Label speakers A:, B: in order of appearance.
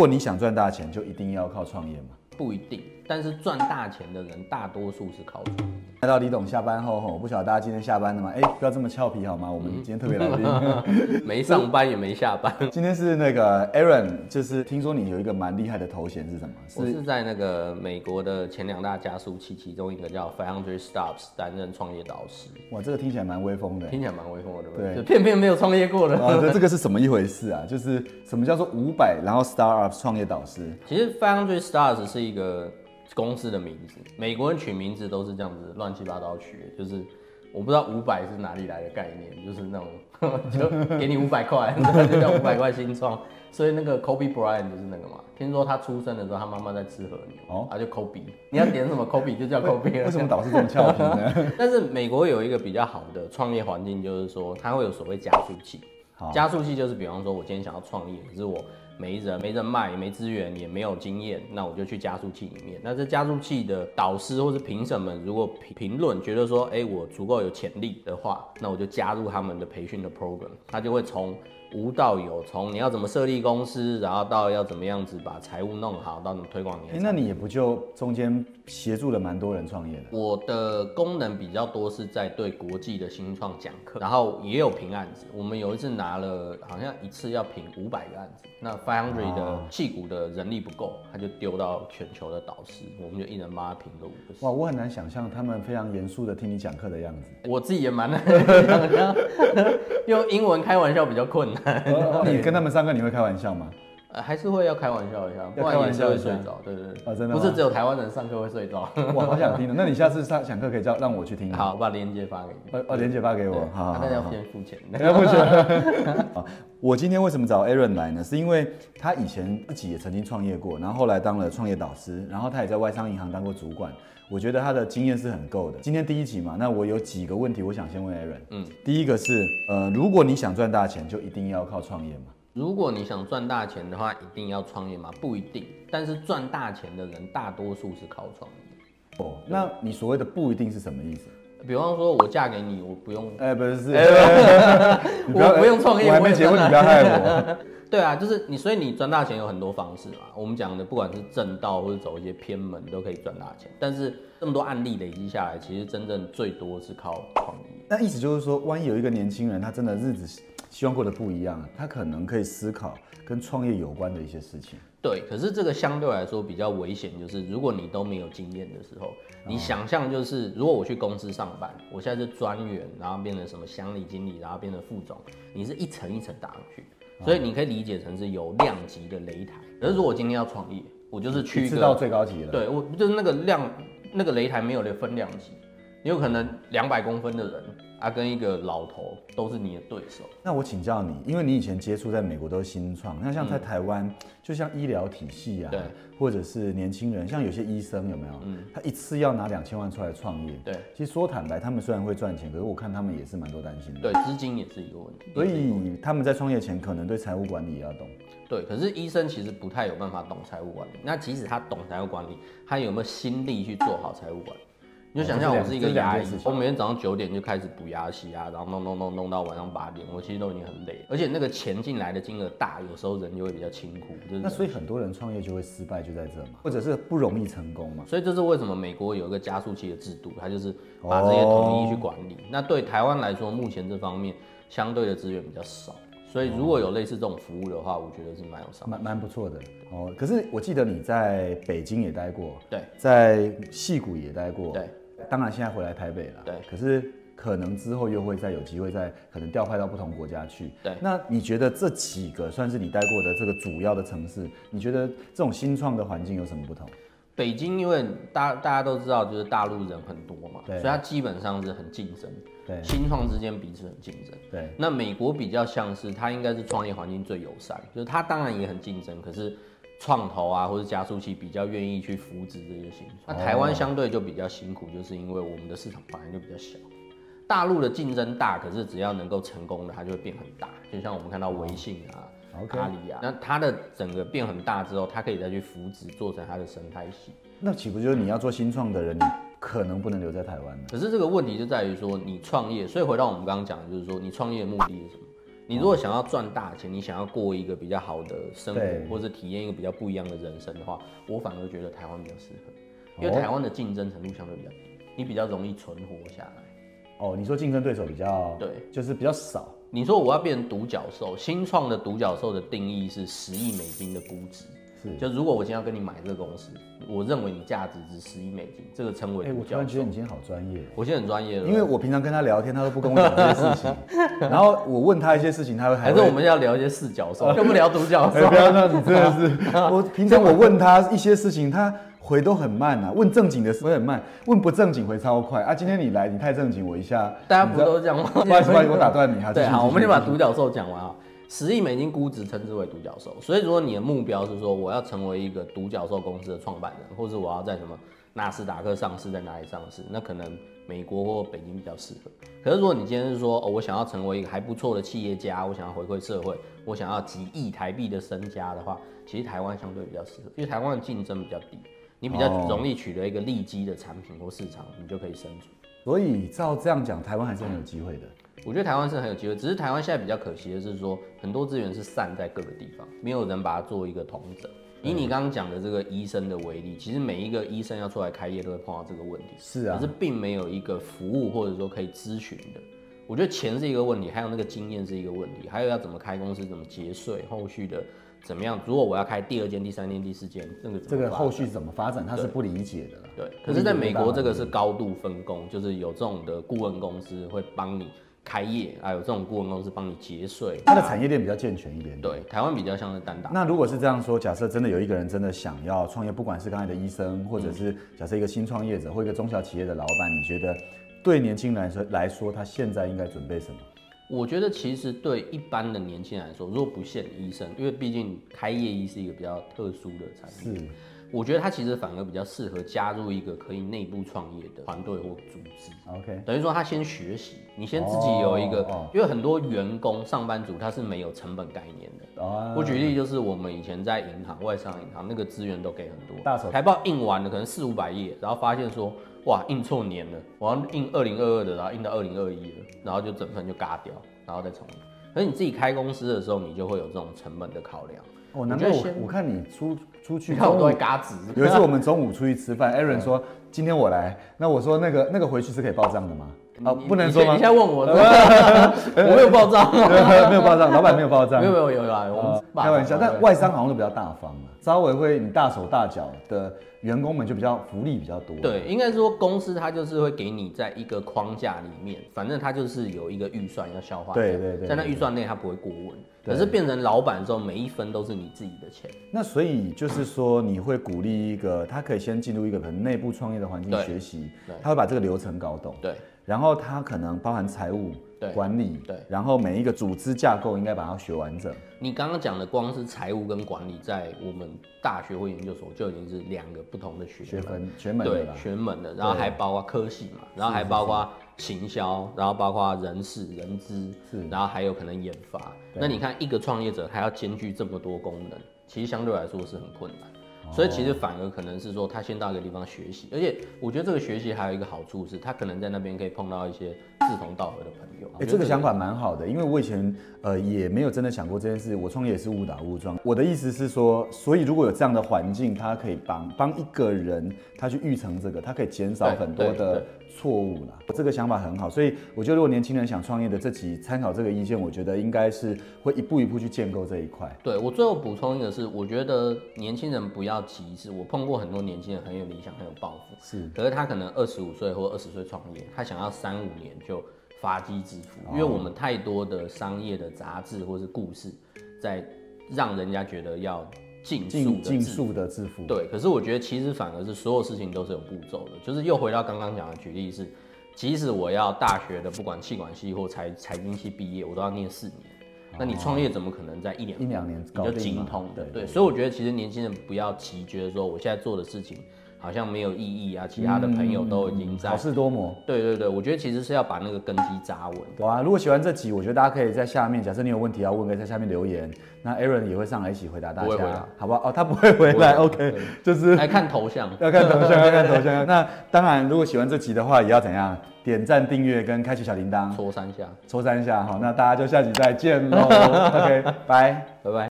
A: 如果你想赚大钱，就一定要靠创业嘛。
B: 不一定，但是赚大钱的人大多数是靠创业。
A: 来到李董下班后，吼我不晓得大家今天下班了吗？哎，不要这么俏皮好吗？我们今天特别来 宾，
B: 没上班也没下班。
A: 今天是那个 Aaron，就是听说你有一个蛮厉害的头衔 是什么？
B: 我是在那个美国的前两大加速器其中一个叫 Five Hundred Stops 担任创业导师，
A: 哇，这个听起来蛮威风的。
B: 听起来蛮威风的，对不
A: 对
B: 对？就偏偏没有创业过的。
A: 啊，这这个是什么一回事啊？就是什么叫做五百，然后 startup 创业导师，
B: 其实 Five Hundred Stars 是一个公司的名字，美国人取名字都是这样子乱七八糟取的，就是我不知道五百是哪里来的概念，就是那种 就给你五百块， 那就叫五百块新创。所以那个 Kobe Bryant 就是那个嘛，听说他出生的时候，他妈妈在吃和牛，
A: 哦
B: 哦，他就 Kobe，你要点什么 Kobe 就叫 Kobe
A: 为
B: 了
A: 什。么导师这么俏皮呢？
B: 但是美国有一个比较好的创业环境，就是说它会有所谓加速器
A: 好。
B: 加速器就是，比方说，我今天想要创业，可是我没人、没人脉、也没资源、也没有经验，那我就去加速器里面。那这加速器的导师或是评审们，如果评评论觉得说，哎、我足够有潜力的话，那我就加入他们的培训的 program，他就会从无到有，从你要怎么设立公司，然后到要怎么样子把财务弄好，到怎么推广你
A: 哎
B: 的
A: 那你也不就中间协助了蛮多人创业的？
B: 我的功能比较多是在对国际的新创讲课，然后也有评案子。我们有一次拿了好像一次要评五百个案子，那 Five Hundred
A: 哦
B: 的戏股的人力不够，他就丢到全球的导师，我们就一人帮他评个五个十。
A: 哇，我很难想象他们非常严肃的听你讲课的样 子。
B: 我自己也蛮难想象，用英文开玩笑比较困难，
A: 你跟他们上课，你会开玩笑吗？
B: 呃 还是会要开玩笑一下，
A: 要
B: 不
A: 开
B: 然
A: 玩
B: 也是
A: 笑一
B: 会
A: 下
B: 睡着。对对对，
A: 哦真的吗哦
B: 不是只有台湾人上课会睡着。
A: 哇，好想听的。那你下次上讲课可以叫让我去听。，
B: 好，我把链接发给你。
A: 哦哦，莲姐发给我。好好好
B: 啊但
A: 好
B: 要先付钱。
A: 要不然好我今天为什么找 Aaron 来呢？是因为他以前自己也曾经创业过，然后后来当了创业导师，然后他也在外商银行当过主管。我觉得他的经验是很够的。今天第一集嘛，那我有几个问题，我想先问 Aaron。嗯，第一个是，呃，如果你想赚大钱，就一定要靠创业嘛？
B: 如果你想赚大钱的话，一定要创业吗？不一定，但是赚大钱的人大多数是靠创业。
A: 哦，那你所谓的不一定是什么意思？
B: 比方说，我嫁给你，我不用，
A: 哎、不是， 你
B: 我不用创业，
A: 我还
B: 我
A: 没
B: 也
A: 结婚，
B: 赚
A: 你
B: 大
A: 不要害我。
B: 对啊，就是你，所以你赚大钱有很多方式嘛。我们讲的不管是正道或者走一些偏门，都可以赚大钱。但是这么多案例累积下来，其实真正最多是靠创业。
A: 那意思就是说，万一有一个年轻人，他真的日子希望过得不一样，啊他可能可以思考跟创业有关的一些事情。
B: 对，可是这个相对来说比较危险，就是如果你都没有经验的时候，你
A: 哦
B: 想象就是如果我去公司上班，我现在是专员，然后变成什么乡里经理，然后变成副总，你是一层一层打上去，
A: 哦
B: 所以你可以理解成是有量级的擂台。可是如果我今天要创业，我就是去
A: 一
B: 一
A: 次到
B: 个，
A: 最高级了。，
B: 对我就是那个量那个擂台没有的分量级，你有可能两百公分的人啊跟一个老头都是你的对手。
A: 那我请教你，因为你以前接触在美国都是新创，那像在台湾，就像医疗体系啊
B: 对，
A: 或者是年轻人，像有些医生有没有？他一次要拿两千万出来创业。
B: 嗯对
A: 其实说坦白，他们虽然会赚钱，可是我看他们也是蛮多担心的。
B: 对，资金也是一个问题。
A: 所以他们在创业前，可能对财务管理也要懂。
B: 对，可是医生其实不太有办法懂财务管理。那即使他懂财务管理，他有没有心力去做好财务管理？你就想象我是一个
A: 哦
B: 牙
A: 这是两件
B: 医
A: 事，情
B: 我每天早上九点就开始补牙洗牙，然后弄弄弄弄到晚上八点，我其实都已经很累了。而且那个钱进来的金额大，有时候人就会比较轻忽，就是
A: 那所以很多人创业就会失败，就在这嘛，或者是不容易成功嘛。
B: 所以这是为什么美国有一个加速器的制度，它就是
A: 哦
B: 把这些统一去管理。那对台湾来说，目前这方面相对的资源比较少，所以如果有类似这种服务的话，我觉得是蛮有上。
A: 蛮蛮不错的哦，可是我记得你在北京也待过，
B: 对
A: 在戏谷也待过，
B: 对，
A: 当然现在回来台北了，
B: 对
A: 可是可能之后又会再有机会再可能调派到不同国家去，
B: 对
A: 那你觉得这几个算是你待过的这个主要的城市，你觉得这种新创的环境有什么不同？
B: 北京因为大大家都知道，就是大陆人很多嘛，所
A: 对
B: 以它基本上是很竞争，
A: 对
B: 新创之间彼此很竞争。
A: 对，
B: 那美国比较像是它应该是创业环境最友善，就是它当然也很竞争，可是创投啊或者加速器比较愿意去扶植这些新
A: 哦
B: 创。那台湾相对就比较辛苦，就是因为我们的市场本来就比较小。大陆的竞争大，可是只要能够成功的，它就会变很大。就像我们看到微信啊、
A: OK
B: 阿里啊，那它的整个变很大之后，它可以再去扶植，做成它的生态系。
A: 那岂不就是你要做新创的人，你可能不能留在台湾了？
B: 可是这个问题就在于说，你创业，所以回到我们刚刚讲，的就是说你创业的目的是什么？你如果想要赚大钱，你想要过一个比较好的生活
A: 对，
B: 或者体验一个比较不一样的人生的话，我反而觉得台湾比较适合，因
A: 哦
B: 为台湾的竞争程度相对比较低，你比较容易存活下来。
A: 哦，你说竞争对手比较
B: 对，
A: 就是比较少
B: 你说我要变独角兽，新创的独角兽的定义是十亿美金的估值。
A: 是。
B: 就如果我今天要跟你买这个公司，我认为你价值值十亿美金，这个称为
A: 哎，
B: 独
A: 我突
B: 角
A: 然觉
B: 兽。
A: 得你今天好专业哦。
B: 我现在很专业了，
A: 因为我平常跟他聊天，他都不跟我讲这些事 情。然后我问他一些事情，他会
B: 还
A: 还
B: 是
A: 会
B: 我们要聊一些四角兽，更不聊独角
A: 哎，
B: 兽
A: 不。要那样子，真的是 我平常我问他一些事情，他回都很慢啊。问正经的回很慢，问不正经回超快啊。今天你来，你太正经，我一下
B: 大家不都这样吗？
A: 不好意思不好意思我打断你哈
B: 对，
A: 继续
B: 好，我们
A: 继
B: 先
A: 续
B: 把独角兽讲完啊。十亿美金估值称之为独角兽，所以如果你的目标是说我要成为一个独角兽公司的创办人，或是我要在什么纳斯达克上市，在哪里上市，那可能美国或北京比较适合。可是如果你今天是说、哦、我想要成为一个还不错的企业家，我想要回馈社会，我想要几亿台币的身家的话，其实台湾相对比较适合，因为台湾的竞争比较低，你比较
A: 哦
B: 容易取得一个利基的产品或市场，你就可以生存。
A: 所以照这样讲，台湾还是很有机会的。
B: 我觉得台湾是很有机会，只是台湾现在比较可惜的是说，很多资源是散在各个地方，没有人把它做一个统整。
A: 嗯
B: 以你刚刚讲的这个医生的为例，其实每一个医生要出来开业都会碰到这个问题，
A: 是啊
B: 可是并没有一个服务或者说可以咨询的。我觉得钱是一个问题，还有那个经验是一个问题，还有要怎么开公司、怎么节税，后续的怎么样？如果我要开第二间、第三间、第四间，那个怎么
A: 这个
B: 发
A: 后
B: 展
A: 续怎么发展，他是不理解的啦。
B: 对，
A: 不
B: 可
A: 理
B: 是
A: 解
B: 在
A: 没
B: 美
A: 办
B: 国
A: 法
B: 这个
A: 理解
B: 是高度分工，就是有这种的顾问公司会帮你开业，啊，有这种顾问公司帮你节税。
A: 它的产业链比较健全一点点。
B: 对，台湾比较像是单打。
A: 那如果是这样说，假设真的有一个人真的想要创业，不管是刚才的医生，或者
B: 嗯
A: 是假设一个新创业者或一个中小企业的老板，你觉得对年轻人来说来说，他现在应该准备什么？
B: 我觉得其实对一般的年轻人来说，如果不限医生，因为毕竟开业医是一个比较特殊的产业，
A: 是
B: 我觉得它其实反而比较适合加入一个可以内部创业的团队或组织。
A: OK，
B: 等于说他先学习，你先自己有一个，
A: 哦
B: 因为很多员工上班族他是没有成本概念的，
A: 哦
B: 我举例就是我们以前在银行、外商银行那个资源都给很多，
A: 大手
B: 台报印完了可能四五百页，然后发现说哇印错年了，我要印二零二二的，然后印到二零二一了，然后就整份就嘎掉，然后再重印。可是你自己开公司的时候，你就会有这种成本的考量。
A: 哦，难怪
B: 觉得
A: 我
B: 先
A: 我看你出出去
B: 你看我
A: 中午
B: 都会嘎子，
A: 有一次我们中午出去吃饭，Aaron 说今天我来，那我说那个那个回去是可以报账的吗？啊，
B: 你
A: 不能
B: 你
A: 说
B: 现
A: 吗
B: 你现？在问 我， 我没有报账，
A: 对没有报账，老板没有报账
B: 没有。没有有啦，我们
A: 呃
B: 是爸爸
A: 开玩笑，
B: 嘛
A: 但
B: 对
A: 外商好像都比较大方啊，稍微会你大手大脚的员工们就比较福利比较多。啊
B: 对，应该说公司它就是会给你在一个框架里面，反正它就是有一个预算要消化掉，
A: 对对对
B: 在那预算内它不会过问。
A: 对
B: 可是变成老板之后，每一分都是你自己的钱。
A: 那所以就是说，你会鼓励一个他可以先进入一个可能内部创业的环境
B: 对
A: 学习
B: 对，
A: 他会把这个流程搞懂，
B: 对
A: 然后他可能包含财务
B: 对
A: 管理，
B: 对
A: 然后每一个组织架构应该把它学完整。
B: 你刚刚讲的，光是财务跟管理，在我们大学或研究所就已经是两个不同的学
A: 学
B: 门
A: 分学门的
B: 对
A: 啦，
B: 全门的，然后还包括科系嘛，然后还包括行销，然后包括人事、人资
A: 是，
B: 然后还有可能研发。
A: 对啊
B: 那你看一个创业者他要兼具这么多功能，其实相对来说是很困难。所以其
A: 哦
B: 实反而可能是说他先到一个地方学习，而且我觉得这个学习还有一个好处是，他可能在那边可以碰到一些志同道合的朋友。
A: 哎、
B: 我觉得
A: 这个想法蛮好的，因为我以前呃也没有真的想过这件事，我创业也是误打误撞。我的意思是说，所以如果有这样的环境，它可以帮帮一个人他去预成这个，他可以减少
B: 对
A: 很多
B: 对
A: 的
B: 对
A: 错误啦。这个想法很好，所以我觉得如果年轻人想创业的这集参考这个意见，我觉得应该是会一步一步去建构这一块。
B: 对我最后补充一个是，我觉得年轻人不要急，是我碰过很多年轻人很有理想，很有抱负，
A: 是
B: 可是他可能二十五岁或二十岁创业，他想要三五年就发迹致富，因为我们太多的商业的杂志或是故事，在让人家觉得要尽速
A: 竞
B: 的致
A: 竞
B: 富。
A: 速的致富，
B: 对，可是我觉得其实反而是所有事情都是有步骤的，就是又回到刚刚讲的举例是，即使我要大学的不管气管系或财财经系毕业，我都要念四年。那你创业怎么可能在一两
A: 一两年
B: 你
A: 搞
B: 就
A: 定
B: 精
A: 嘛
B: 通的，
A: 对
B: 对，所以我觉得其实年轻人不要急，觉得说我现在做的事情好像没有意义啊，其他的朋友都已经在。
A: 嗯好事多磨。
B: 对对对，我觉得其实是要把那个根基扎稳。
A: 好啊，如果喜欢这集，我觉得大家可以在下面，假设你有问题要问，可以在下面留言。那 Aaron 也会上来一起回答大
B: 不会回
A: 家
B: 来，
A: 好不好？哦，他不会回来
B: 不会
A: ，OK，就是
B: 来看头像，
A: 要看头像，要看头像。那当然，如果喜欢这集的话，也要怎样？点赞、订阅跟开启小铃铛，
B: 戳三下，
A: 抽三下哈。那大家就下集再见喽，OK，拜。
B: 拜拜。